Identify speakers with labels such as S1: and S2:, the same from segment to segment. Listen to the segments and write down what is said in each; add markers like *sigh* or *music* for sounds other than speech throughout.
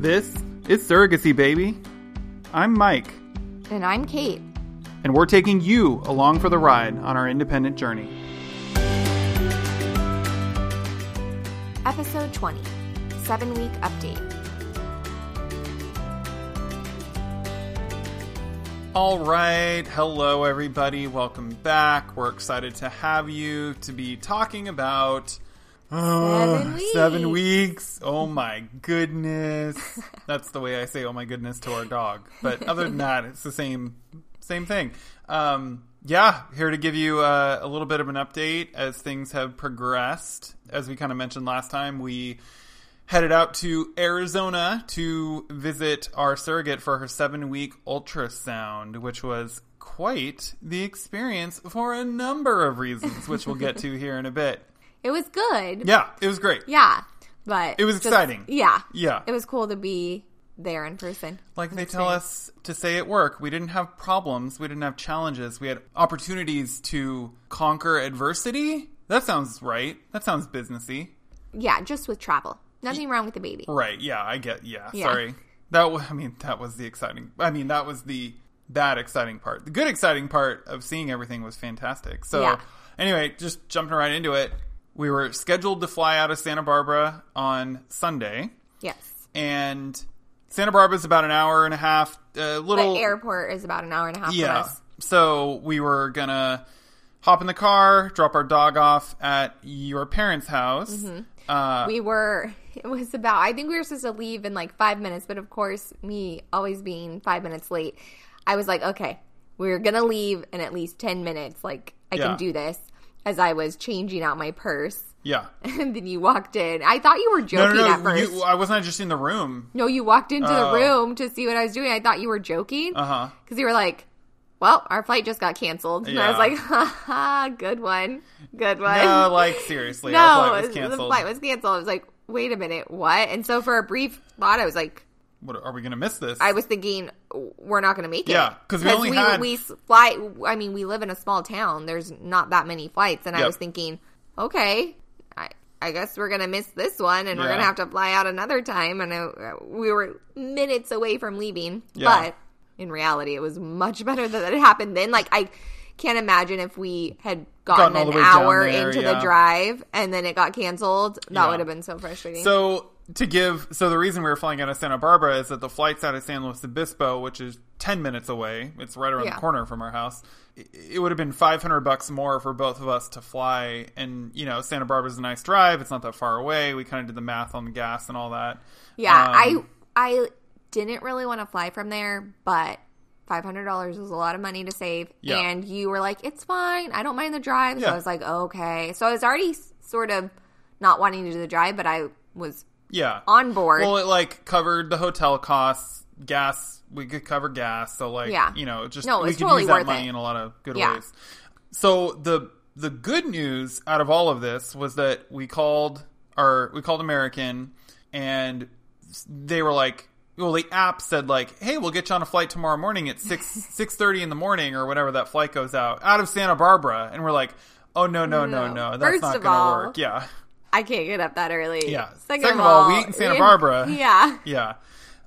S1: this is Surrogacy Baby. I'm Mike,
S2: And I'm Kate.
S1: and we're taking you along for the ride on our independent journey.
S2: Episode 20 7 Week Update.
S1: All right, hello everybody, welcome back. We're excited to have you to be talking about uh,
S2: Seven weeks.
S1: seven weeks. Oh my goodness, that's the way I say "oh my goodness" to our dog. But other than that, it's the same same thing. Um, yeah, here to give you uh, a little bit of an update as things have progressed. As we kind of mentioned last time, we headed out to Arizona to visit our surrogate for her seven week ultrasound, which was quite the experience for a number of reasons, which we'll get to here in a bit.
S2: It was good.
S1: Yeah, it was great.
S2: Yeah, But
S1: It was exciting.
S2: Yeah.
S1: Yeah.
S2: It was cool to be there in person.
S1: Like they tell us to say at work, we didn't have problems, we didn't have challenges, we had opportunities to conquer adversity. That sounds right. That sounds businessy.
S2: Yeah, just with travel. Nothing wrong with the baby.
S1: Right. Yeah, I get. Yeah.
S2: Yeah.
S1: Sorry. That wa- I mean that was the exciting. I mean that was the that exciting part. The good exciting part of seeing everything was fantastic. So
S2: Yeah.
S1: anyway, just jumping right into it. We were scheduled to fly out of Santa Barbara on Sunday,
S2: Yes.
S1: and Santa Barbara's about an hour and a half. A
S2: The
S1: little
S2: airport is about an hour and a half
S1: yeah.
S2: from us.
S1: So we were gonna hop in the car, drop our dog off at your parents' house.
S2: Mm-hmm.
S1: Uh,
S2: we were, it was about, I think we were supposed to leave in like five minutes, but of course, me always being five minutes late, I was like, okay, we're going to leave in at least 10 minutes. Like, I
S1: Yeah.
S2: can do this as I was changing out my purse.
S1: yeah.
S2: *laughs* and then you walked in. I thought you were
S1: No,
S2: joking
S1: no,
S2: at
S1: no.
S2: first.
S1: You, I wasn't just in the room.
S2: no, you walked into
S1: Oh.
S2: the room to see what I was doing. I thought you were joking
S1: Uh huh.
S2: because you were like, "Well, our flight just got canceled," and I
S1: Yeah.
S2: was like, *laughs* "Ha ha, good one, good one."
S1: No, like seriously,
S2: *laughs* No,
S1: our flight was
S2: the
S1: canceled.
S2: flight was canceled. I was like, "Wait a minute, what?" And so for a brief thought, I was like,
S1: what, are we gonna miss this?
S2: I was thinking we're not going to make it.
S1: Yeah, 'cause we only
S2: we,
S1: had-
S2: we fly. I mean, we live in a small town. There's not that many flights, and I
S1: Yep.
S2: was thinking, okay, I I guess we're going to miss this one, and we're
S1: Yeah.
S2: going to have to fly out another time. And I, we were minutes away from leaving,
S1: Yeah.
S2: but in reality, it was much better that it happened then. Like I can't imagine if we had gotten,
S1: Gotten all the
S2: an
S1: way down
S2: hour
S1: there,
S2: into
S1: yeah.
S2: the drive and then it got canceled. That
S1: Yeah.
S2: would have been so frustrating.
S1: so to give. So the reason we were flying out of Santa Barbara is that the flights out of San Luis Obispo, which is ten minutes away, it's right around
S2: Yeah.
S1: the corner from our house. It, it would have been five hundred bucks more for both of us to fly, and you know Santa Barbara's a nice drive. It's not that far away. We kind of did the math on the gas and all that.
S2: Yeah,
S1: Um,
S2: I I didn't really want to fly from there, but five hundred dollars was a lot of money to save.
S1: Yeah.
S2: And you were like, "It's fine. I don't mind the drive." So
S1: Yeah.
S2: I was like, "Okay." So I was already s- sort of not wanting to do the drive, but I was
S1: yeah
S2: on board.
S1: Well, it like covered the hotel costs, gas. We could cover gas, so like
S2: Yeah.
S1: you know, just
S2: No,
S1: we
S2: it's
S1: could
S2: totally
S1: use that
S2: worth
S1: money
S2: it.
S1: in a lot of good
S2: Yeah.
S1: ways. So the the good news out of all of this was that we called our we called American, and they were like, well, the app said like, hey, we'll get you on a flight tomorrow morning at
S2: *laughs*
S1: six six thirty in the morning or whatever that flight goes out out of Santa Barbara, and we're like, oh no no no no,
S2: No.
S1: that's
S2: First
S1: not
S2: of
S1: gonna
S2: all-
S1: work, yeah.
S2: I can't get up that early.
S1: Yeah.
S2: Second,
S1: Second
S2: of all,
S1: we eat in Santa Barbara.
S2: *laughs* Yeah.
S1: Yeah.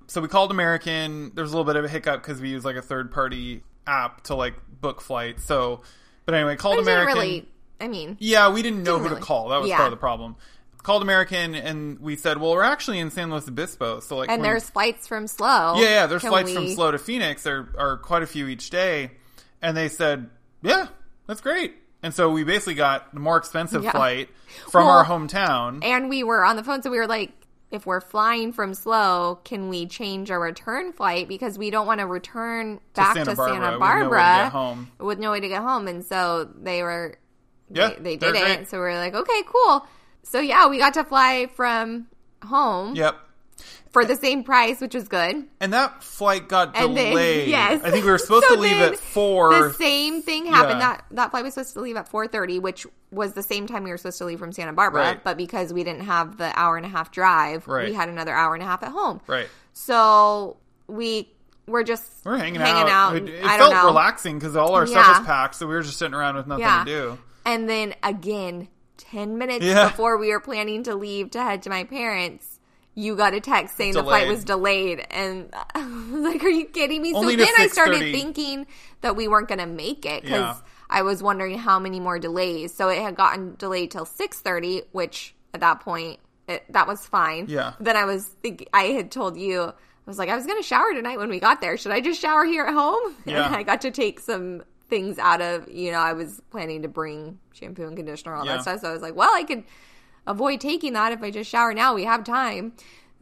S1: So we called American. There's a little bit of a hiccup because we use like a third party app to like book flights. So, but anyway, called
S2: I didn't
S1: American.
S2: really. I mean,
S1: Yeah, we didn't know
S2: Didn't
S1: who to
S2: really.
S1: call. That was
S2: Yeah.
S1: part of the problem. Called American and we said, well, we're actually in San Luis Obispo. So like,
S2: and
S1: when-
S2: there's flights from slow.
S1: yeah, yeah, there's
S2: Can
S1: flights from
S2: we-
S1: Slow to Phoenix. There are quite a few each day, and they said, yeah, that's great. And so we basically got the more expensive
S2: Yeah.
S1: flight from
S2: Well,
S1: our hometown.
S2: and we were on the phone, so we were like, if we're flying from slow, can we change our return flight because we don't want to return back to
S1: Santa
S2: Santa
S1: Barbara with no way to get
S2: Barbara,
S1: home.
S2: with no way to get home, and so they were,
S1: Yeah,
S2: they, they
S1: they're
S2: did it.
S1: great.
S2: So we were like, okay, cool. So yeah, we got to fly from home
S1: Yep.
S2: for the same price, which was good.
S1: And that flight got
S2: And then-
S1: delayed.
S2: yes.
S1: I think
S2: *laughs*
S1: we were supposed
S2: So
S1: to leave
S2: then
S1: at four.
S2: The same thing happened.
S1: Yeah.
S2: That that flight was supposed to leave at four thirty, which was the same time we were supposed to leave from Santa Barbara.
S1: Right.
S2: But because we didn't have the hour and a half drive,
S1: Right.
S2: we had another hour and a half at home.
S1: Right.
S2: So we were just
S1: We're hanging,
S2: out.
S1: It, it
S2: I
S1: felt
S2: don't know.
S1: relaxing because all our stuff
S2: Yeah.
S1: was packed, so we were just sitting around with nothing
S2: Yeah.
S1: to do.
S2: And then again, ten minutes
S1: Yeah.
S2: before we were planning to leave to head to my parents, you got a text saying the
S1: Delayed.
S2: flight was delayed, and *laughs* I was like, "Are you kidding me?"
S1: Only
S2: so
S1: to
S2: then I started
S1: 6:30.
S2: thinking that we weren't going to make it because
S1: Yeah.
S2: I was wondering how many more delays. So it had gotten delayed till six thirty, which at that point it, that was fine.
S1: Yeah.
S2: Then I was think I had told you I was like I was going to shower tonight when we got there. Should I just shower here at home? *laughs*
S1: Yeah.
S2: And I got to take some things out of you know I was planning to bring shampoo and conditioner all
S1: Yeah.
S2: that stuff. So I was like, well, I could avoid taking that if I just shower now. We have time.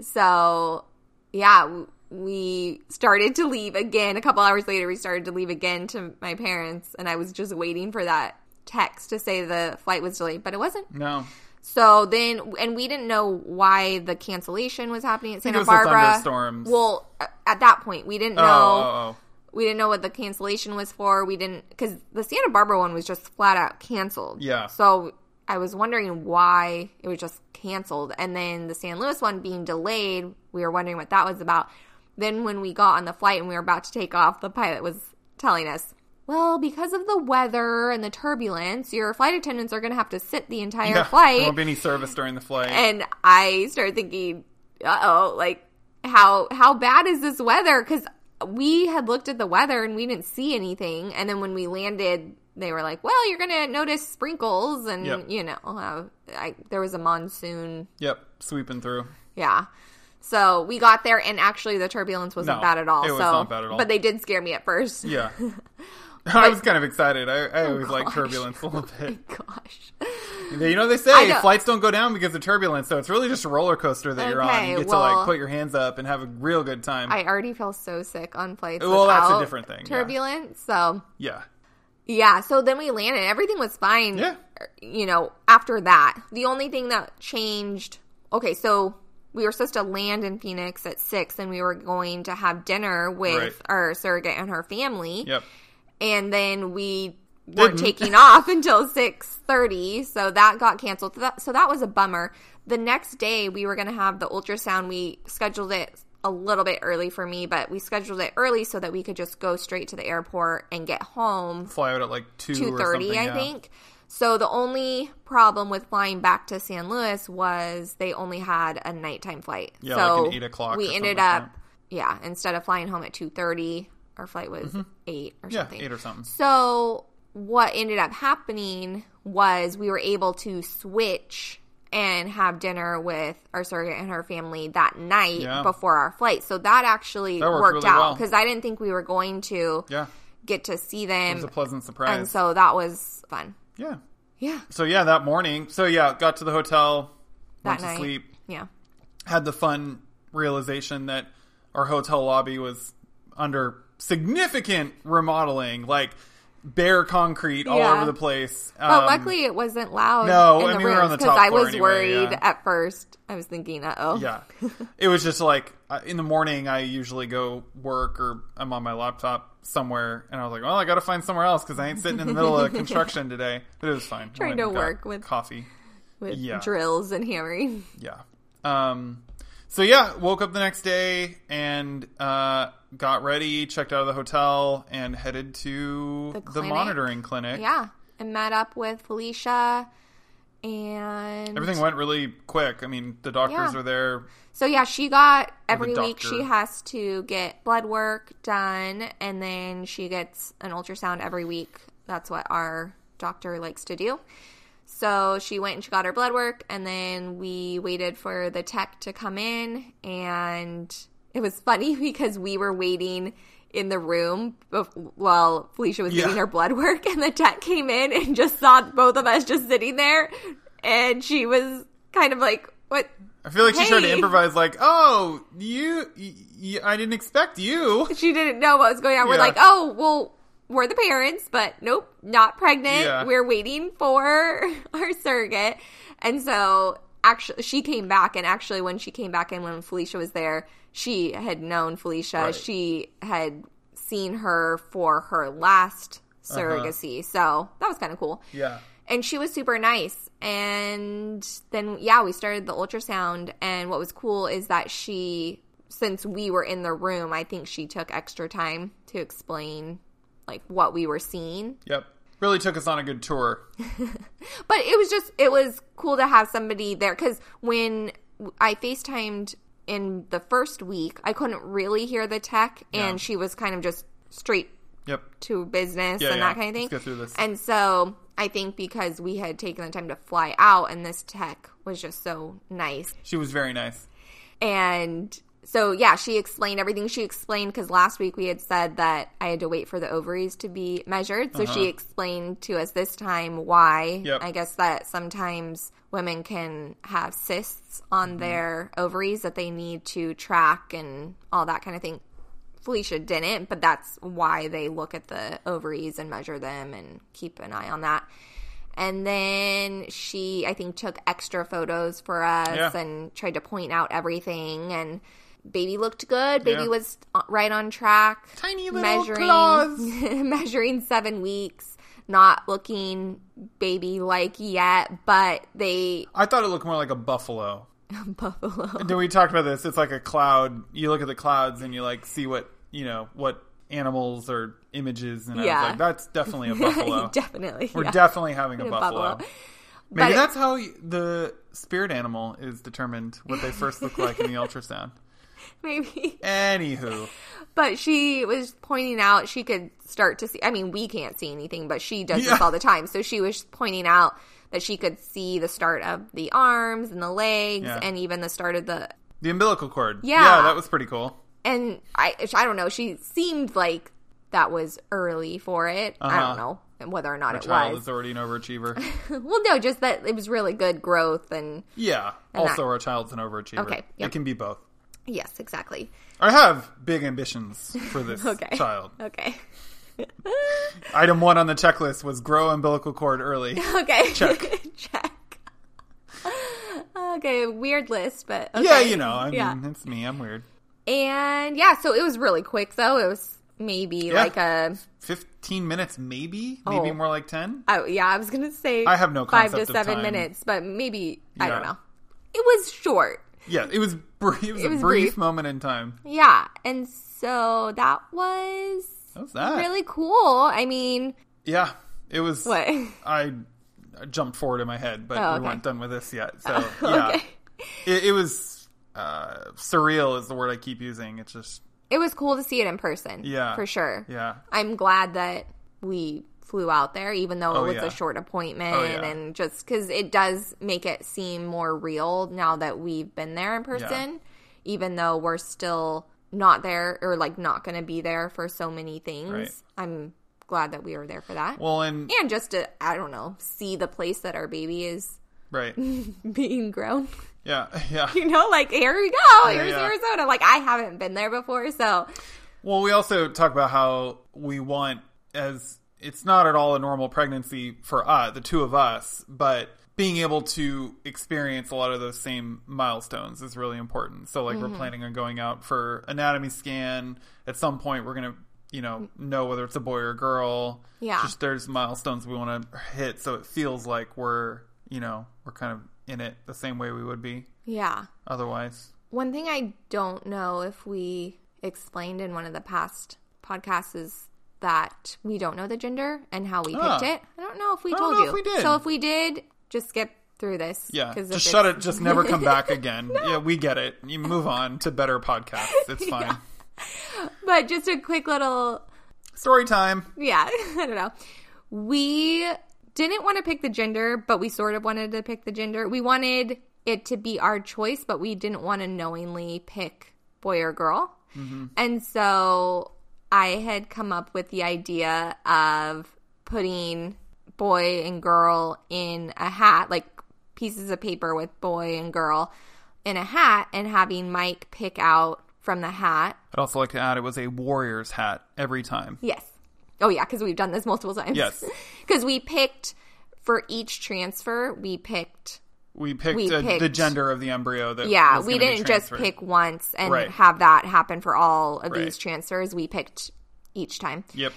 S2: So yeah, w- we started to leave again. A couple hours later, we started to leave again to my parents, and I was just waiting for that text to say the flight was delayed, but it wasn't.
S1: No.
S2: So then, and we didn't know why the cancellation was happening at
S1: think
S2: Santa
S1: it was the
S2: Barbara.
S1: thunderstorms.
S2: Well, a- at that point, we didn't know.
S1: Oh, oh, oh.
S2: We didn't know what the cancellation was for. We didn't because the Santa Barbara one was just flat out canceled.
S1: Yeah.
S2: So I was wondering why it was just canceled, and then the San Luis one being delayed, we were wondering what that was about. Then when we got on the flight and we were about to take off, the pilot was telling us. Well, because of the weather and the turbulence, your flight attendants are going to have to sit the entire
S1: Yeah,
S2: flight
S1: There won't be any service during the flight.
S2: and I started thinking, uh oh, like how how bad is this weather? Because we had looked at the weather and we didn't see anything, and then when we landed, they were like, "Well, you're gonna notice sprinkles," and
S1: Yep.
S2: you know, uh, I, there was a monsoon,
S1: yep, sweeping through.
S2: yeah. So we got there, and actually, the turbulence wasn't
S1: No,
S2: bad at all.
S1: it was
S2: so,
S1: not bad at all.
S2: but they did scare me at first. *laughs*
S1: Yeah. *laughs* I was kind of excited. I, I always like
S2: Oh, gosh.
S1: turbulence a
S2: *laughs*
S1: little bit.
S2: Gosh.
S1: You know they
S2: I
S1: say
S2: don't-
S1: flights don't go down because of turbulence, so it's really just a roller coaster that you're on.
S2: Okay,
S1: You get to
S2: well-
S1: like put your hands up and have a real good time.
S2: I already feel so sick on flights.
S1: Well, that's a
S2: without
S1: different thing, yeah.
S2: Turbulence. So
S1: yeah,
S2: Yeah, so then we landed. Everything was fine.
S1: Yeah.
S2: You know, after that, the only thing that changed. Okay, so we were supposed to land in Phoenix at six, and we were going to have dinner with
S1: Right.
S2: our surrogate and her family.
S1: yep.
S2: And then we weren't
S1: Didn't.
S2: taking off *laughs* until six thirty, so that got canceled. So that, so that was a bummer. The next day, we were going to have the ultrasound. We scheduled it a little bit early for me, but we scheduled it early so that we could just go straight to the airport and get home
S1: Fly out at like two
S2: two
S1: or
S2: thirty,
S1: something.
S2: I
S1: yeah.
S2: think. So the only problem with flying back to San Luis was they only had a nighttime flight.
S1: Yeah,
S2: so
S1: like an 8 o'clock or
S2: We
S1: something
S2: ended
S1: like
S2: up, yeah, instead of flying home at two thirty, our flight was eight or
S1: Mm-hmm. Yeah,
S2: something.
S1: eight or something.
S2: So what ended up happening was we were able to switch and have dinner with our surrogate and her family that night
S1: Yeah.
S2: before our flight. So that actually
S1: That worked
S2: worked,
S1: really well.
S2: out because I didn't think we were going to
S1: Yeah,
S2: get to see
S1: it was
S2: them
S1: a pleasant
S2: and
S1: surprise.
S2: so that was fun.
S1: yeah.
S2: Yeah,
S1: So yeah, that morning. So yeah, got to the hotel, went
S2: that
S1: to
S2: night.
S1: sleep,
S2: Yeah,
S1: had the fun realization that our hotel lobby was under significant remodeling, like bare concrete all
S2: Yeah.
S1: over the place.
S2: but
S1: Um,
S2: luckily it wasn't loud.
S1: no,
S2: in
S1: I
S2: the
S1: mean, we were on the top
S2: I
S1: floor
S2: was
S1: anyway,
S2: worried
S1: yeah.
S2: at first. I was thinking, uh oh, *laughs*
S1: Yeah. It was just like uh, in the morning, I usually go work or I'm on my laptop somewhere, and I was like, well, I got to find somewhere else because I ain't sitting in the middle
S2: *laughs*
S1: of construction today. But it was fine.
S2: Trying
S1: Went and
S2: to
S1: got
S2: work with-
S1: coffee.
S2: with
S1: Yeah.
S2: drills and hammering. *laughs*
S1: Yeah. Um, so yeah, woke up the next day and uh, got ready, checked out of the hotel, and headed to the,
S2: clinic.
S1: monitoring clinic.
S2: Yeah, and met up with Felicia, and
S1: Everything went really quick. I mean, the doctors
S2: Yeah.
S1: are there.
S2: So yeah, she got every
S1: the
S2: week
S1: doctor.
S2: she has to get blood work done and then she gets an ultrasound every week. That's what our doctor likes to do. So she went and she got her blood work and then we waited for the tech to come in and it was funny *laughs* because we were waiting in the room bef- while Felicia was
S1: Yeah.
S2: getting her blood work and the tech came in and just saw both of us just sitting there and she was kind of like what
S1: I feel like she tried to
S2: Hey.
S1: improvise, like, "Oh, you, y- y- I didn't expect you."
S2: *laughs* she didn't know what was going on. We're
S1: Yeah.
S2: like, oh, well, we're the parents, but nope, not pregnant.
S1: Yeah.
S2: We're waiting for *laughs* our surrogate. And so actually, she came back, and actually, when she came back and when Felicia was there, she had known Felicia.
S1: Right.
S2: She had seen her for her last
S1: Uh-huh.
S2: surrogacy. So that was kind of cool
S1: Yeah.
S2: and she was super nice and then yeah we started the ultrasound and what was cool is that she since we were in the room i think she took extra time to explain like what we were seeing
S1: Yep. Really took us on a good tour.
S2: but it was just it was cool to have somebody there because when I FaceTimed in the first week. I couldn't really hear the tech, and
S1: Yeah.
S2: she was kind of just straight
S1: Yep.
S2: to business
S1: Yeah,
S2: and
S1: yeah.
S2: that kind of thing.
S1: Let's get through this.
S2: And so I think because we had taken the time to fly out, and this tech was just so nice.
S1: She was very nice.
S2: And so, yeah, she explained everything she explained because last week we had said that I had to wait for the ovaries to be measured. So she explained to us this time why.
S1: Uh-huh. Yep.
S2: I guess that sometimes women can have cysts on
S1: Mm-hmm.
S2: their ovaries that they need to track and all that kind of thing. Felicia didn't, but that's why they look at the ovaries and measure them and keep an eye on that. And then she, I think, took extra photos for us
S1: Yeah.
S2: and tried to point out everything. And baby looked good. Baby
S1: Yeah.
S2: was right on track.
S1: Tiny little claws.
S2: *laughs* measuring seven weeks. Not looking baby like yet, but they *laughs*
S1: I thought it looked more like a buffalo.
S2: buffalo.
S1: Then we talked about this. It's like a cloud. You look at the clouds and you like see what you know what animals or images, and I
S2: Yeah.
S1: was like, that's
S2: *laughs*
S1: definitely a buffalo.
S2: definitely,
S1: We're
S2: yeah.
S1: definitely having a
S2: A
S1: buffalo.
S2: buffalo.
S1: Maybe
S2: But-
S1: that's how y- the spirit animal is determined what they first look like in
S2: *laughs*
S1: the ultrasound.
S2: maybe. *laughs*
S1: Anywho,
S2: But she was pointing out she could start to see. I mean, we can't see anything, but she does
S1: Yeah.
S2: this all the time. So she was pointing out that she could see the start of the arms and the legs,
S1: Yeah.
S2: and even the start of the.
S1: the umbilical cord.
S2: Yeah.
S1: that was pretty cool.
S2: And I, I don't know. She seemed like that was early for it. I
S1: Uh-huh.
S2: don't know whether or not it
S1: Child
S2: was.
S1: is already an
S2: *laughs*
S1: overachiever.
S2: well, no, just that it was really good growth, and
S1: Yeah.
S2: And
S1: also,
S2: I-
S1: our child's an overachiever.
S2: Okay,
S1: It
S2: yep.
S1: can be both.
S2: yes, exactly.
S1: I have big ambitions for this
S2: *laughs* Okay,
S1: child.
S2: Okay. *laughs*
S1: Item one on the checklist was grow umbilical cord early.
S2: *laughs* Okay. Check. Check. okay, weird list, but okay.
S1: Yeah, you know, I mean,
S2: Yeah.
S1: it's me. I'm weird.
S2: And yeah, so it was really quick though. It was maybe like a
S1: Fifteen minutes, maybe, maybe
S2: Oh.
S1: more like ten.
S2: oh yeah, I was gonna say
S1: I have no
S2: five to
S1: concept of
S2: seven
S1: time.
S2: minutes, but maybe I don't
S1: Yeah.
S2: know. It was short.
S1: Yeah, it was. Br- it was a brief,
S2: was brief.
S1: moment in time.
S2: Yeah. And so that was
S1: That was that.
S2: really cool. I mean
S1: Yeah, it was.
S2: what *laughs*
S1: I I jumped forward in my head, but
S2: Oh,
S1: we
S2: okay.
S1: weren't done with this yet. So yeah,
S2: *laughs* okay.
S1: it, it was uh, surreal. Is the word I keep using. It's just
S2: It was cool to see it in person.
S1: Yeah.
S2: For sure.
S1: yeah,
S2: I'm glad that we flew out there, even though
S1: Oh,
S2: it was
S1: yeah.
S2: a short appointment,
S1: Oh, yeah.
S2: and just because it does make it seem more real now that we've been there in person, even though we're still not there or like not going to be there for so many things.
S1: Right.
S2: I'm glad that we were there for that.
S1: well, and
S2: and just to, I don't know, see the place that our baby is
S1: right,
S2: being grown. *laughs*
S1: yeah, *laughs* yeah.
S2: You know, like, here we go. Here's
S1: yeah.
S2: Arizona. Like, I haven't been there before. So,
S1: Well, we also talk about how we want as it's not at all a normal pregnancy for us, the two of us, but being able to experience a lot of those same milestones is really important. So like we're planning on going out for anatomy scan. At some point we're going to, you know, know whether it's a boy or a girl.
S2: Yeah.
S1: Just there's milestones we want to hit so it feels like we're, you know, we're kind of in it the same way we would be
S2: yeah.
S1: otherwise.
S2: One thing I don't know if we explained in one of the past podcasts is that we don't know the gender and how we picked
S1: Ah.
S2: it. I don't know if we
S1: I don't
S2: told
S1: know
S2: you.
S1: if we did.
S2: So if we did, just skip through this.
S1: Yeah,
S2: 'cause if
S1: just
S2: it's-
S1: shut it. Just never come
S2: *laughs*
S1: back again. Yeah, we get it. You move on to better podcasts.
S2: *laughs*
S1: It's fine.
S2: But just a quick little,
S1: Story time.
S2: yeah, *laughs* I don't know. We didn't want to pick the gender, but we sort of wanted to pick the gender. We wanted it to be our choice, but we didn't want to knowingly pick boy or girl. And so I had come up with the idea of putting boy and girl in a hat, like pieces of paper with boy and girl in a hat, and having Mike pick out from the hat.
S1: I'd also like to add it was a Warriors hat every time.
S2: Yes. Oh, yeah, because we've done this multiple times. *laughs*
S1: Yes.
S2: Because we picked for each transfer, we picked.
S1: We picked,
S2: We
S1: uh, the
S2: picked-
S1: gender of the embryo that
S2: Yeah,
S1: was
S2: we
S1: gonna be
S2: didn't just
S1: transferred.
S2: pick once and
S1: Right.
S2: have that happen for all of
S1: Right.
S2: these transfers. We picked each time.
S1: Yep.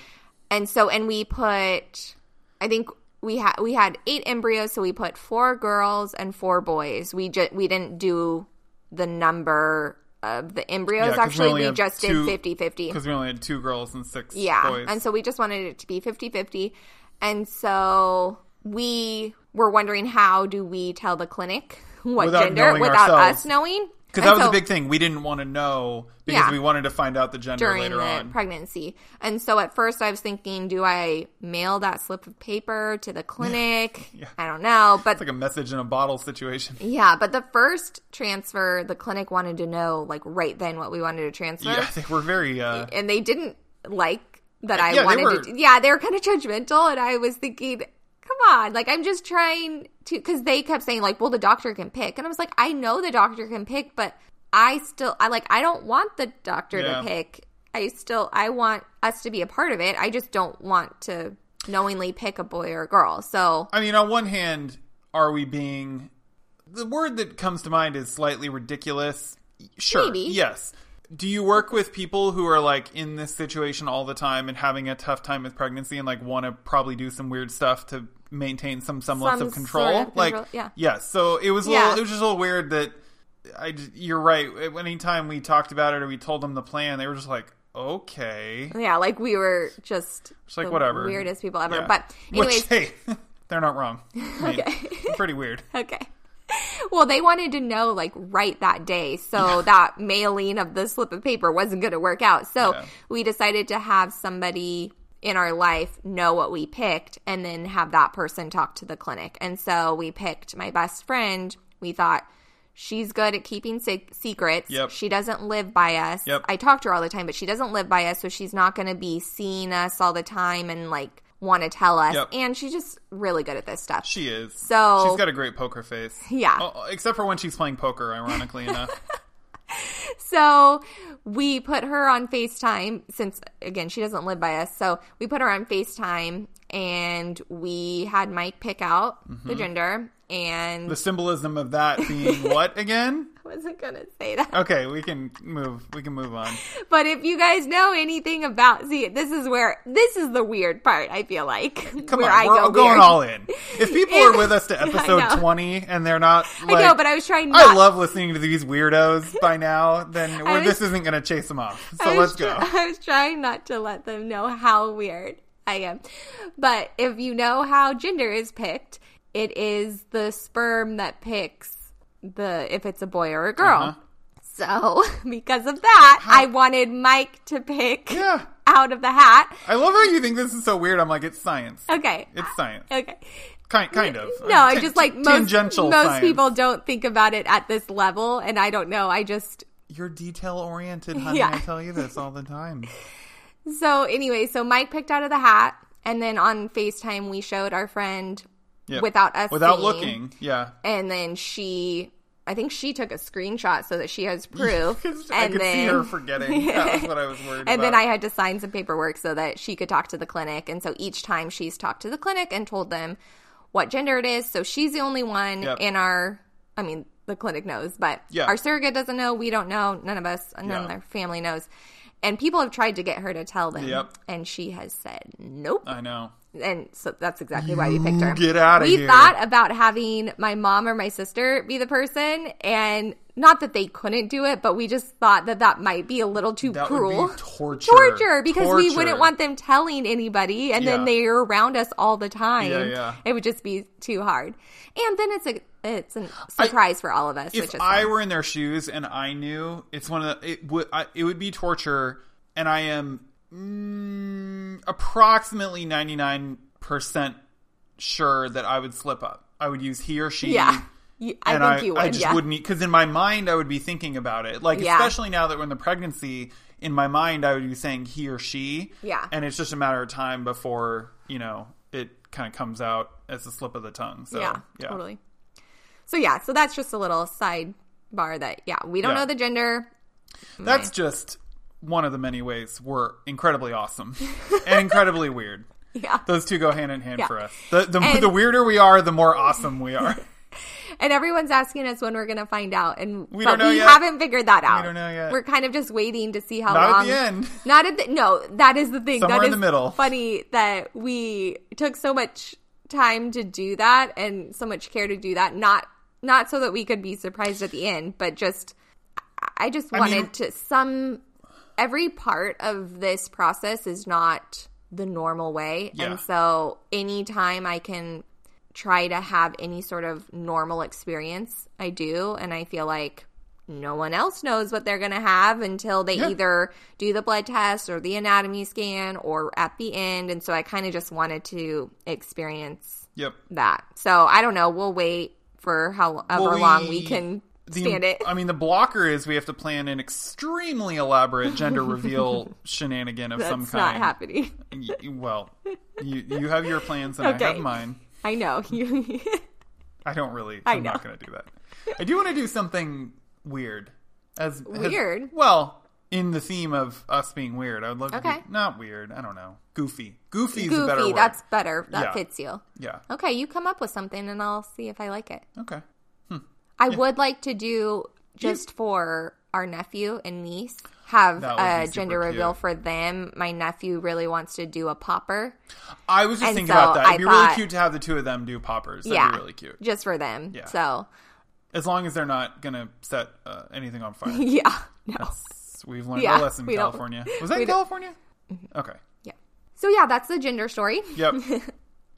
S2: and so and we put i think we had we had eight embryos so we put four girls and four boys we just we didn't do the number of the
S1: Yeah,
S2: embryos
S1: 'cause we
S2: actually
S1: only
S2: we
S1: have
S2: just
S1: two-
S2: did 50 50
S1: Because we only had two girls and six
S2: yeah
S1: boys.
S2: and so we just wanted it to be 50 50 and so we were wondering how do we tell the clinic *laughs* what
S1: Without
S2: gender
S1: knowing
S2: without
S1: ourselves.
S2: us knowing.
S1: Because that was
S2: And
S1: a
S2: so-
S1: big thing. We didn't want to know because
S2: Yeah.
S1: we wanted to find out the gender
S2: during
S1: later
S2: the
S1: on.
S2: pregnancy. And so at first I was thinking, do I mail that slip of paper to
S1: *laughs*
S2: the clinic? I don't know. But
S1: it's like a message in a bottle situation. *laughs*
S2: yeah, but the first transfer, the clinic wanted to know like right then what we wanted to transfer.
S1: Yeah, they were very. Uh,
S2: And they didn't like that I
S1: Yeah, they
S2: wanted
S1: were-
S2: to. Yeah, they were kind of judgmental. And I was thinking, come on, like I'm just trying to, because they kept saying like, well, the doctor can pick. And I was like, I know the doctor can pick, but I still, I like, I don't want the doctor
S1: Yeah.
S2: to pick. I still, I want us to be a part of it. I just don't want to knowingly pick a boy or a girl. So
S1: I mean, on one hand, are we being the word that comes to mind is slightly ridiculous? Sure.
S2: Maybe.
S1: Yes. Do you work with people who are like in this situation all the time and having a tough time with pregnancy and like want to probably do some weird stuff to maintain some semblance
S2: Some
S1: of control?
S2: sort of
S1: like,
S2: control, yeah.
S1: Yes. So it was a
S2: Yeah.
S1: little, it was just a little weird that I, j- you're right. Anytime we talked about it or we told them the plan, they were just like, okay.
S2: yeah, like we were just,
S1: It's like,
S2: the
S1: whatever.
S2: weirdest people ever.
S1: Yeah.
S2: But
S1: Which,
S2: anyways,
S1: hey, *laughs* they're not wrong. I mean, pretty weird.
S2: *laughs* Okay. *laughs* Well, they wanted to know like right that day, so that mailing of the slip of paper wasn't going to work out. So
S1: Yeah.
S2: we decided to have somebody in our life know what we picked and then have that person talk to the clinic. And so we picked my best friend. We thought she's good at keeping se- secrets.
S1: Yep.
S2: She doesn't live by us.
S1: Yep.
S2: I talk to her all the time, but she doesn't live by us, so she's not going to be seeing us all the time and like want to tell us.
S1: Yep.
S2: And she's just really good at this stuff.
S1: She is.
S2: So-
S1: she's got a great poker face.
S2: Yeah.
S1: Oh, except for when she's playing poker, ironically enough.
S2: So we put her on FaceTime since, again, she doesn't live by us. So we put her on FaceTime and we had Mike pick out
S1: Mm-hmm.
S2: the gender. And
S1: The symbolism of that being what again?
S2: I wasn't going to say that. *laughs*
S1: Okay, we can move. We can move on.
S2: But if you guys know anything about, see, this is where, this is the weird part, I feel like.
S1: Come
S2: where
S1: on,
S2: I
S1: we're
S2: go
S1: going
S2: weird.
S1: all in.
S2: *laughs*
S1: If people are with us to
S2: I
S1: episode
S2: know.
S1: twenty and they're not, like,
S2: I know, but I was trying not
S1: I love listening to these weirdos by now.
S2: *laughs*
S1: Then we're,
S2: was-
S1: this isn't going to chase them off. So
S2: I
S1: let's
S2: was
S1: go.
S2: try- *laughs* I was trying not to let them know how weird I am. But if you know how gender is picked, it is the sperm that picks the if it's a boy or a
S1: Uh-huh.
S2: girl. So *laughs* because of that, I wanted Mike to pick
S1: yeah,
S2: out of the hat.
S1: I love how you think this is so weird. I'm like, it's science.
S2: Okay.
S1: It's science.
S2: Okay.
S1: Kind, kind of.
S2: No, I just like most,
S1: tangential
S2: most
S1: science.
S2: people don't think about it at this level, and I don't know. I just
S1: You're detail oriented, honey.
S2: Yeah.
S1: I tell you this all the
S2: *laughs*
S1: time.
S2: So anyway, so Mike picked out of the hat, and then on Facetime we showed our friend
S1: Yep.
S2: without us
S1: without
S2: seeing.
S1: looking. Yeah,
S2: and then she, I think she took a screenshot so that
S1: *laughs*
S2: she has proof.
S1: 'Cause I
S2: and
S1: could
S2: then
S1: see her
S2: *laughs*
S1: forgetting. That was what I was worried
S2: and
S1: about.
S2: then I had to sign some paperwork so that she could talk to the clinic. And so each time she's talked to the clinic and told them what gender it is. So she's the only one
S1: Yep.
S2: in our, I mean, the clinic knows, but
S1: Yeah.
S2: our surrogate doesn't know. We don't know. None of us, none of
S1: Yeah.
S2: our family knows. And people have tried to get her to tell them.
S1: Yep.
S2: And she has said nope.
S1: I know.
S2: And so that's exactly why we picked her.
S1: get outta
S2: we
S1: here.
S2: thought about having my mom or my sister be the person, and not that they couldn't do it, but we just thought that that might be a little too
S1: That
S2: cruel.
S1: would be torture.
S2: Torture because we
S1: Torture.
S2: wouldn't want them telling anybody, and
S1: Yeah.
S2: then they're around us all the time.
S1: Yeah, yeah.
S2: It would just be too hard. And then it's a it's a surprise for all of us, which
S1: If
S2: is
S1: I
S2: fun.
S1: were in their shoes and I knew it's one of the, it would I, it would be torture, and I am mm, approximately ninety nine percent sure that I would slip up. I would use he or she.
S2: yeah. You- I
S1: and
S2: think you would.
S1: I just
S2: yeah.
S1: wouldn't because in my mind I would be thinking about it. Like
S2: Yeah.
S1: especially now that we're in the pregnancy, in my mind I would be saying he or she.
S2: Yeah.
S1: And it's just a matter of time before, you know, it kind of comes out as a slip of the tongue. So
S2: yeah, totally. So yeah, so that's just a little sidebar that yeah, we don't
S1: Yeah.
S2: know the gender. *laughs*
S1: That's just one of the many ways we're incredibly awesome *laughs* and incredibly weird.
S2: Yeah.
S1: Those two go hand in hand
S2: Yeah.
S1: for us. The the,
S2: And-
S1: the weirder we are, the more awesome we
S2: *laughs*
S1: are.
S2: And everyone's asking us when we're going to find out, and
S1: We
S2: but
S1: don't know
S2: we
S1: yet.
S2: haven't figured that out.
S1: don't know yet.
S2: We're kind of just waiting to see how
S1: Not at
S2: long.
S1: the end.
S2: Not at the no. That is the thing.
S1: Somewhere
S2: that
S1: in
S2: is
S1: the middle.
S2: Funny that we took so much time to do that and so much care to do that. Not not so that we could be surprised at the end, but just I just wanted
S1: mean-
S2: to some every part of this process is not the normal way,
S1: Yeah.
S2: and so anytime I can try to have any sort of normal experience. I do. And I feel like no one else knows what they're going to have until they
S1: Yeah.
S2: either do the blood test or the anatomy scan or at the end. And so I kind of just wanted to experience
S1: Yep.
S2: that. So I don't know. We'll wait for however
S1: Well,
S2: long we
S1: we-
S2: can
S1: The-
S2: stand it.
S1: I mean, the blocker is we have to plan an extremely elaborate
S2: *laughs*
S1: gender reveal shenanigan of
S2: That's
S1: uh, some
S2: not
S1: kind.
S2: happening. *laughs*
S1: Y- y- well, you you have your plans and I have
S2: Okay.
S1: mine.
S2: I know. *laughs* You-
S1: I don't really.
S2: I
S1: I'm not
S2: know.
S1: going to do that. I do want to do something weird. As as-
S2: Weird?
S1: well, in the theme of us being weird, I would love to
S2: Okay.
S1: do not weird. I don't know. Goofy. Goofy is a better
S2: Goofy.
S1: word.
S2: That's better. That
S1: Yeah.
S2: fits you.
S1: Yeah.
S2: Okay. You come up with something and I'll see if I like it.
S1: Okay.
S2: I would like to do just for our nephew and niece have
S1: That would
S2: a
S1: be super
S2: gender reveal
S1: cute.
S2: for them. My nephew really wants to do a popper.
S1: I was just
S2: And
S1: thinking
S2: so
S1: about that. It'd
S2: I
S1: be really
S2: thought-
S1: cute to have the two of them do poppers. That'd
S2: yeah,
S1: be really cute.
S2: just for them.
S1: Yeah.
S2: So *laughs*
S1: As long as they're not going to set uh, anything on
S2: *laughs*
S1: fire.
S2: yeah, no,
S1: That's- We've learned a
S2: Yeah,
S1: lesson in
S2: we don't- *laughs*
S1: California. Was that
S2: we
S1: in
S2: don't- Mm-hmm.
S1: California? Okay.
S2: yeah. So yeah, that's the gender story. *laughs*
S1: Yep.
S2: And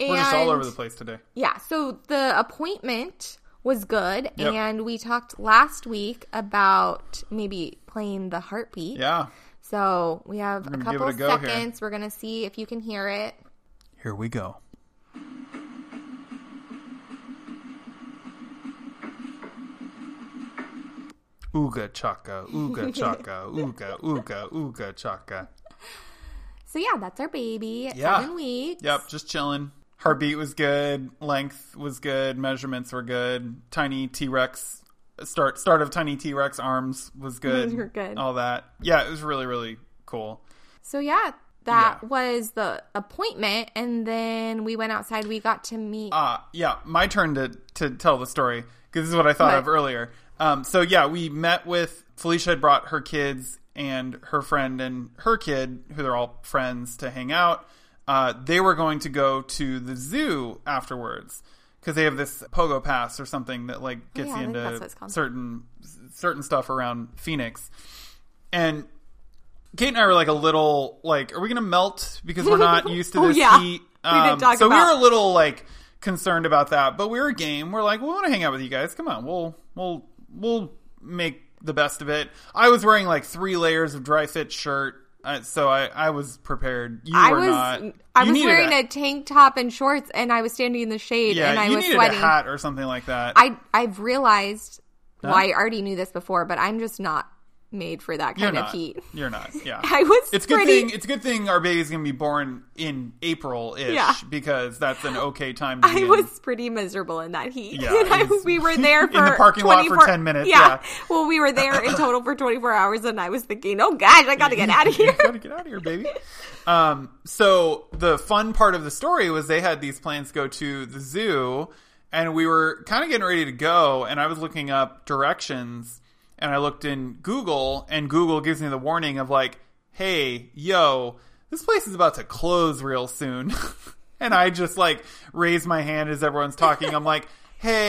S1: We're just all over the place today.
S2: yeah, so the appointment was good,
S1: Yep.
S2: and we talked last week about maybe playing the heartbeat.
S1: Yeah.
S2: So we have a
S1: gonna give it
S2: couple
S1: a go here.
S2: seconds. We're gonna see if you can hear it.
S1: Here we go. Ooga chaka, ooga
S2: *laughs*
S1: chaka, ooga, ooga, ooga chaka.
S2: So yeah, that's our baby at
S1: Yeah.
S2: seven weeks.
S1: Yep, just chilling. Heartbeat was good, length was good, measurements were good. Tiny T Rex start start of tiny T Rex arms was good.
S2: *laughs* Those were good.
S1: All that. Yeah, it was really really cool.
S2: So yeah, that
S1: Yeah.
S2: was the appointment, and then we went outside. We got to meet.
S1: Uh, yeah, my turn to, to tell the story because this is what I thought
S2: What?
S1: of earlier. Um, so yeah, we met with Felicia had brought her kids and her friend and her kid, who they're all friends, to hang out. Uh, they were going to go to the zoo afterwards because they have this pogo pass or something that like gets
S2: Oh, yeah, I
S1: you
S2: think that's what
S1: into
S2: it's called.
S1: certain certain stuff around Phoenix. And Kate and I were like a little like, are we gonna melt because we're
S2: *laughs*
S1: not used to
S2: Oh,
S1: this
S2: yeah.
S1: heat? Um,
S2: We didn't talk
S1: so we
S2: about-
S1: were a little like concerned about that, but we were game. We're like, we want to hang out with you guys. Come on, we'll we'll we'll make the best of it. I was wearing like three layers of dry fit shirt, uh, so I I was prepared. You
S2: I
S1: were
S2: was
S1: not.
S2: I
S1: You
S2: was
S1: needed
S2: wearing
S1: a,
S2: a tank top and shorts, and I was standing in the shade,
S1: yeah,
S2: and I
S1: you
S2: was
S1: needed
S2: sweating.
S1: a hat or something like that.
S2: I I've realized. Well, I already knew this before, but I'm just not made for that
S1: You're
S2: kind
S1: not.
S2: of heat.
S1: You're
S2: *laughs*
S1: not. Yeah.
S2: I was
S1: It's a good
S2: pretty.
S1: thing. It's a good thing our baby's gonna be born in April ish
S2: Yeah.
S1: because that's an okay time. To be
S2: I
S1: in.
S2: was pretty miserable in that heat.
S1: Yeah,
S2: And *laughs* I-
S1: it was-
S2: we were there
S1: *laughs* in
S2: for
S1: the parking lot for
S2: 24
S1: 10 minutes, yeah.
S2: Well, we were there
S1: *laughs*
S2: in total for 24 hours, and I was thinking, oh gosh, I got to get out
S1: *laughs*
S2: of here.
S1: You gotta get out of here, baby. Um, so the fun part of the story was they had these plans to go to the zoo, and we were kind of getting ready to go. And I was looking up directions, and I looked in Google, and Google gives me the warning of like, "Hey, yo, this place is about to close real soon." *laughs* and I just like raise my hand as everyone's talking. I'm like.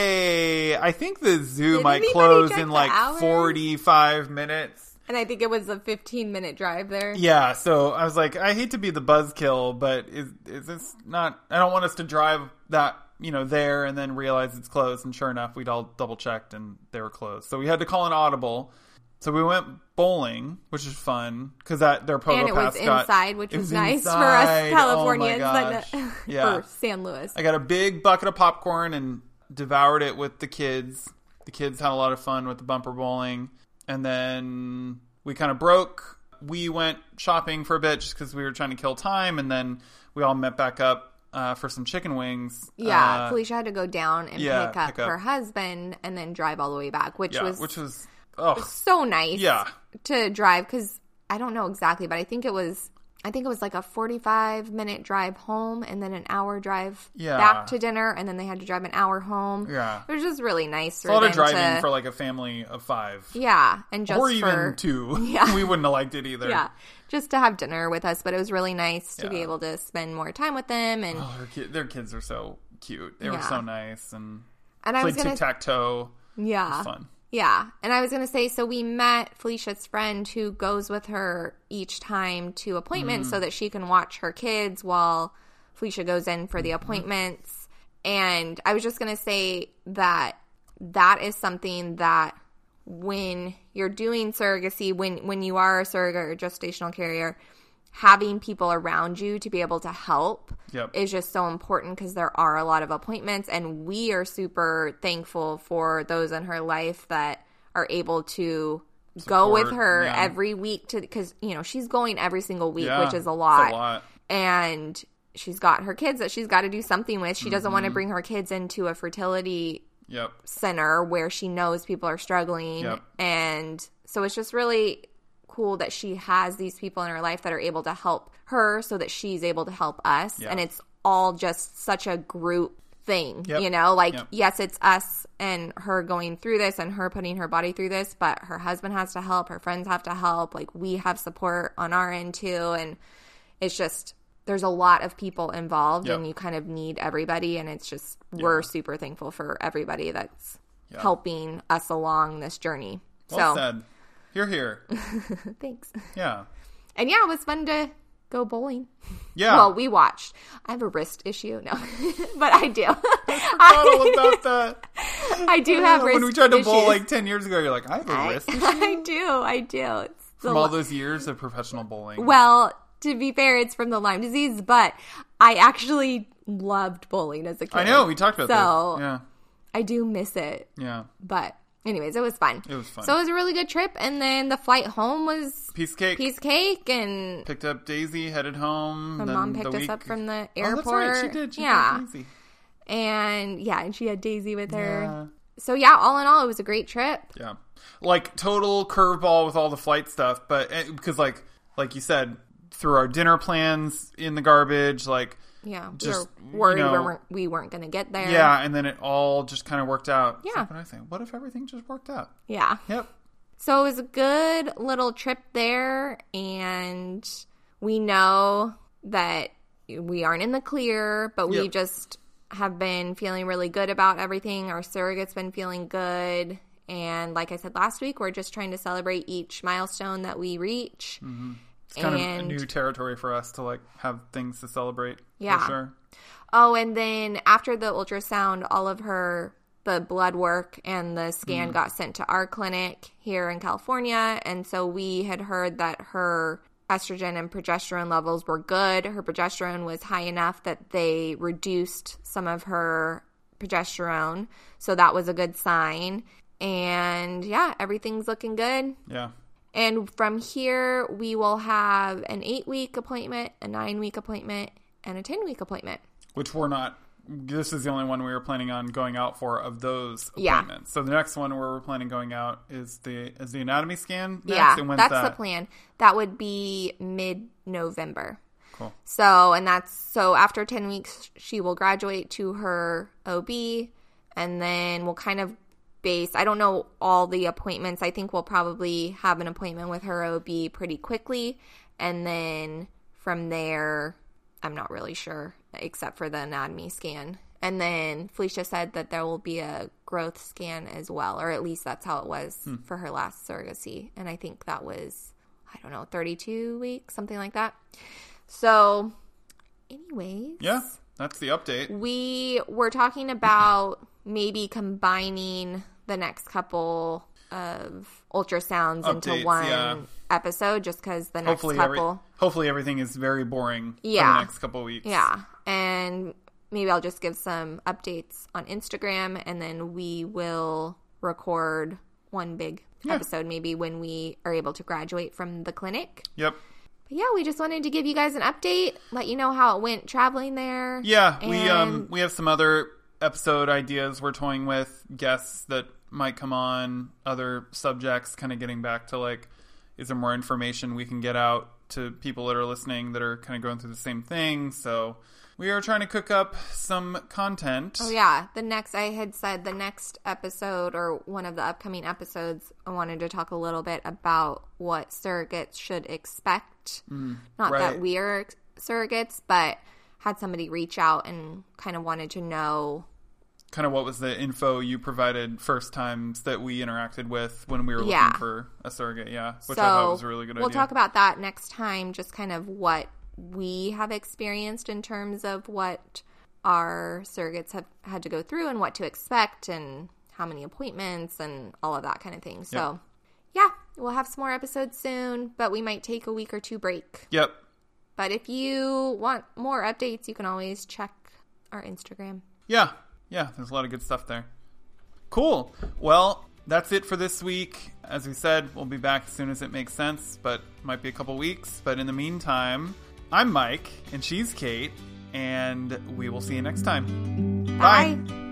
S1: Hey, I think the zoo
S2: Did
S1: might
S2: anybody
S1: close
S2: check
S1: in
S2: the
S1: like
S2: hours?
S1: 45 minutes.
S2: And I think it was a 15 minute drive there.
S1: Yeah, so I was like, I hate to be the buzzkill, but is is this not? I don't want us to drive that you know there and then realize it's closed. And sure enough, we'd all double checked and they were closed. So we had to call an audible. So we went bowling, which is fun because that their pogo
S2: And it
S1: pass
S2: was
S1: got-
S2: inside, which
S1: it
S2: was, nice for us
S1: inside. Oh my
S2: Californians *laughs*
S1: gosh.
S2: and
S1: yeah,
S2: for San Luis.
S1: I got a big bucket of popcorn and devoured it with the kids. The kids had a lot of fun with the bumper bowling. And then we kind of broke. We went shopping for a bit just because we were trying to kill time. And then we all met back up uh, for some chicken wings.
S2: yeah,
S1: Uh,
S2: Felicia had to go down and
S1: yeah,
S2: pick, up
S1: pick up.
S2: her husband and then drive all the way back, which
S1: yeah,
S2: was
S1: which was, oh,
S2: so nice
S1: Yeah.
S2: to drive because I don't know exactly, but I think it was I think it was like a forty five minute drive home and then an hour drive
S1: Yeah.
S2: back to dinner and then they had to drive an hour home.
S1: Yeah.
S2: It was just really nice for
S1: a lot of
S2: them
S1: driving
S2: to,
S1: for like a family of five.
S2: Yeah. And just
S1: or even
S2: for
S1: two.
S2: *laughs* Yeah.
S1: we wouldn't have liked it either.
S2: Yeah. Just to have dinner with us, but it was really nice to be
S1: Yeah.
S2: able to spend more time with them
S1: *gasps*
S2: and
S1: Oh, their, ki- their kids are so cute. They were
S2: Yeah.
S1: so nice and
S2: and I was
S1: played
S2: gonna
S1: tic tac toe.
S2: Yeah.
S1: Fun.
S2: Yeah. And I was going to say so we met Felicia's friend who goes with her each time to appointments so that she can watch her kids while Felicia goes in for the appointments. And I was just going to say that that is something that when you're doing surrogacy, when when you are a surrogate or gestational carrier, having people around you to be able to help
S1: Yep.
S2: is just so important because there are a lot of appointments and we are super thankful for those in her life that are able to go with
S1: Support,
S2: her
S1: yeah.
S2: every week to because you know she's going every single week
S1: Yeah,
S2: which is
S1: it's
S2: a lot,
S1: A lot.
S2: and she's got her kids that she's got to do something with she doesn't want
S1: Mm-hmm.
S2: to bring her kids into a fertility
S1: Yep.
S2: center where she knows people are struggling.
S1: Yep.
S2: And so it's just really cool that she has these people in her life that are able to help her so that she's able to help us.
S1: Yeah.
S2: And it's all just such a group thing,
S1: Yep.
S2: you know? Like,
S1: Yep.
S2: yes, it's us and her going through this and her putting her body through this, but her husband has to help, her friends have to help. Like, we have support on our end too. And it's just, there's a lot of people involved
S1: Yep.
S2: and you kind of need everybody and it's just we're super thankful for everybody that's
S1: Yeah.
S2: helping us along this journey
S1: Well
S2: so
S1: said. Here, here.
S2: *laughs* thanks *laughs*
S1: Yeah.
S2: and yeah it was fun to go bowling
S1: Yeah.
S2: well we watched i have a wrist issue no *laughs* but
S1: *laughs*
S2: i do
S1: all
S2: I,
S1: about that.
S2: *laughs* I do have wrist
S1: Oh, when we tried to
S2: issues.
S1: bowl like 10 years ago, you're like, I have a
S2: I,
S1: wrist issue
S2: *laughs* I do i do it's the
S1: from all
S2: li-
S1: those years of professional bowling.
S2: well to be fair it's from the lyme disease but i actually loved bowling as a kid
S1: I know. We talked about
S2: So-
S1: this. Yeah.
S2: i do miss it
S1: Yeah.
S2: But anyways, it was fun.
S1: It was fun.
S2: So it was a really good trip, and then the flight home was
S1: Piece of cake.
S2: piece of cake, and
S1: Picked up Daisy, headed home.
S2: my
S1: then
S2: mom picked
S1: the
S2: us
S1: week-
S2: up from the
S1: Oh,
S2: airport.
S1: that's right. She did. She
S2: yeah,
S1: yeah. Daisy.
S2: and yeah, and she had Daisy with her.
S1: Yeah.
S2: So yeah, all in all, it was a great trip.
S1: Yeah. Like total curveball with all the flight stuff, but eh, because like like you said, through our dinner plans in the garbage, like
S2: Yeah,
S1: Just,
S2: we were worried
S1: you know-
S2: we weren't we weren't gonna get there.
S1: yeah, and then it all just kind of worked out. It's
S2: Yeah.
S1: Like what I think. What if everything just worked out?
S2: yeah.
S1: Yep.
S2: So it was a good little trip there, and we know that we aren't in the clear, but we
S1: Yep.
S2: just have been feeling really good about everything. Our surrogate's been feeling good. And like I said last week, we're just trying to celebrate each milestone that we reach.
S1: It's kind of a
S2: And-
S1: new territory for us to like have things to celebrate.
S2: Yeah.
S1: For sure.
S2: Oh, and then after the ultrasound, all of her the blood work and the scan got sent to our clinic here in California, and so we had heard that her estrogen and progesterone levels were good. Her progesterone was high enough that they reduced some of her progesterone, so that was a good sign. And yeah, everything's looking good.
S1: Yeah.
S2: And from here, we will have an eight week appointment, a nine week appointment, and a 10 week appointment.
S1: Which we're not this is the only one we were planning on going out for of those
S2: Yeah.
S1: appointments. So the next one where we're planning going out is the is the anatomy scan next
S2: Yeah,
S1: and when's
S2: that's
S1: that?
S2: the plan. That would be mid November.
S1: Cool.
S2: So, and that's so after 10 weeks, she will graduate to her OB, and then we'll kind of base, I don't know all the appointments. I think we'll probably have an appointment with her OB pretty quickly. And then from there, I'm not really sure, except for the anatomy scan. And then Felicia said that there will be a growth scan as well, or at least that's how it was for her last surrogacy. And I think that was, I don't know, 32 weeks, something like that. So, anyways,
S1: Yeah. That's the update.
S2: we were talking about maybe combining the next couple of ultrasounds
S1: Updates,
S2: into one
S1: yeah.
S2: episode just because the next
S1: hopefully every,
S2: couple.
S1: hopefully everything is very boring for
S2: Yeah.
S1: the next couple weeks.
S2: Yeah. And maybe I'll just give some updates on Instagram and then we will record one big
S1: Yeah.
S2: episode maybe when we are able to graduate from the clinic.
S1: Yep.
S2: But yeah, we just wanted to give you guys an update, let you know how it went traveling there.
S1: Yeah, we um
S2: And-
S1: we have some other episode ideas we're toying with, guests that might come on, other subjects, kind of getting back to like is there more information we can get out to people that are listening that are kind of going through the same thing. So we are trying to cook up some content.
S2: Oh, yeah, the next I had said the next episode or one of the upcoming episodes, I wanted to talk a little bit about what surrogates should expect. Not
S1: right.
S2: that we are ex- surrogates, but had somebody reach out and kind of wanted to know.
S1: Kind of what was the info you provided first times that we interacted with when we were looking
S2: Yeah.
S1: for a surrogate, yeah. Which
S2: so
S1: I thought was a really good
S2: we'll
S1: idea.
S2: talk about that next time. Just kind of what we have experienced in terms of what our surrogates have had to go through and what to expect and how many appointments and all of that kind of thing. So, yeah, we'll have some more episodes soon, but we might take a week or two break.
S1: Yep.
S2: But if you want more updates, you can always check our Instagram.
S1: Yeah. Yeah. There's a lot of good stuff there. Cool. Well, that's it for this week. As we said, we'll be back as soon as it makes sense, but might be a couple weeks. But in the meantime, I'm Mike and she's Kate, and we will see you next time. Bye.
S2: Bye.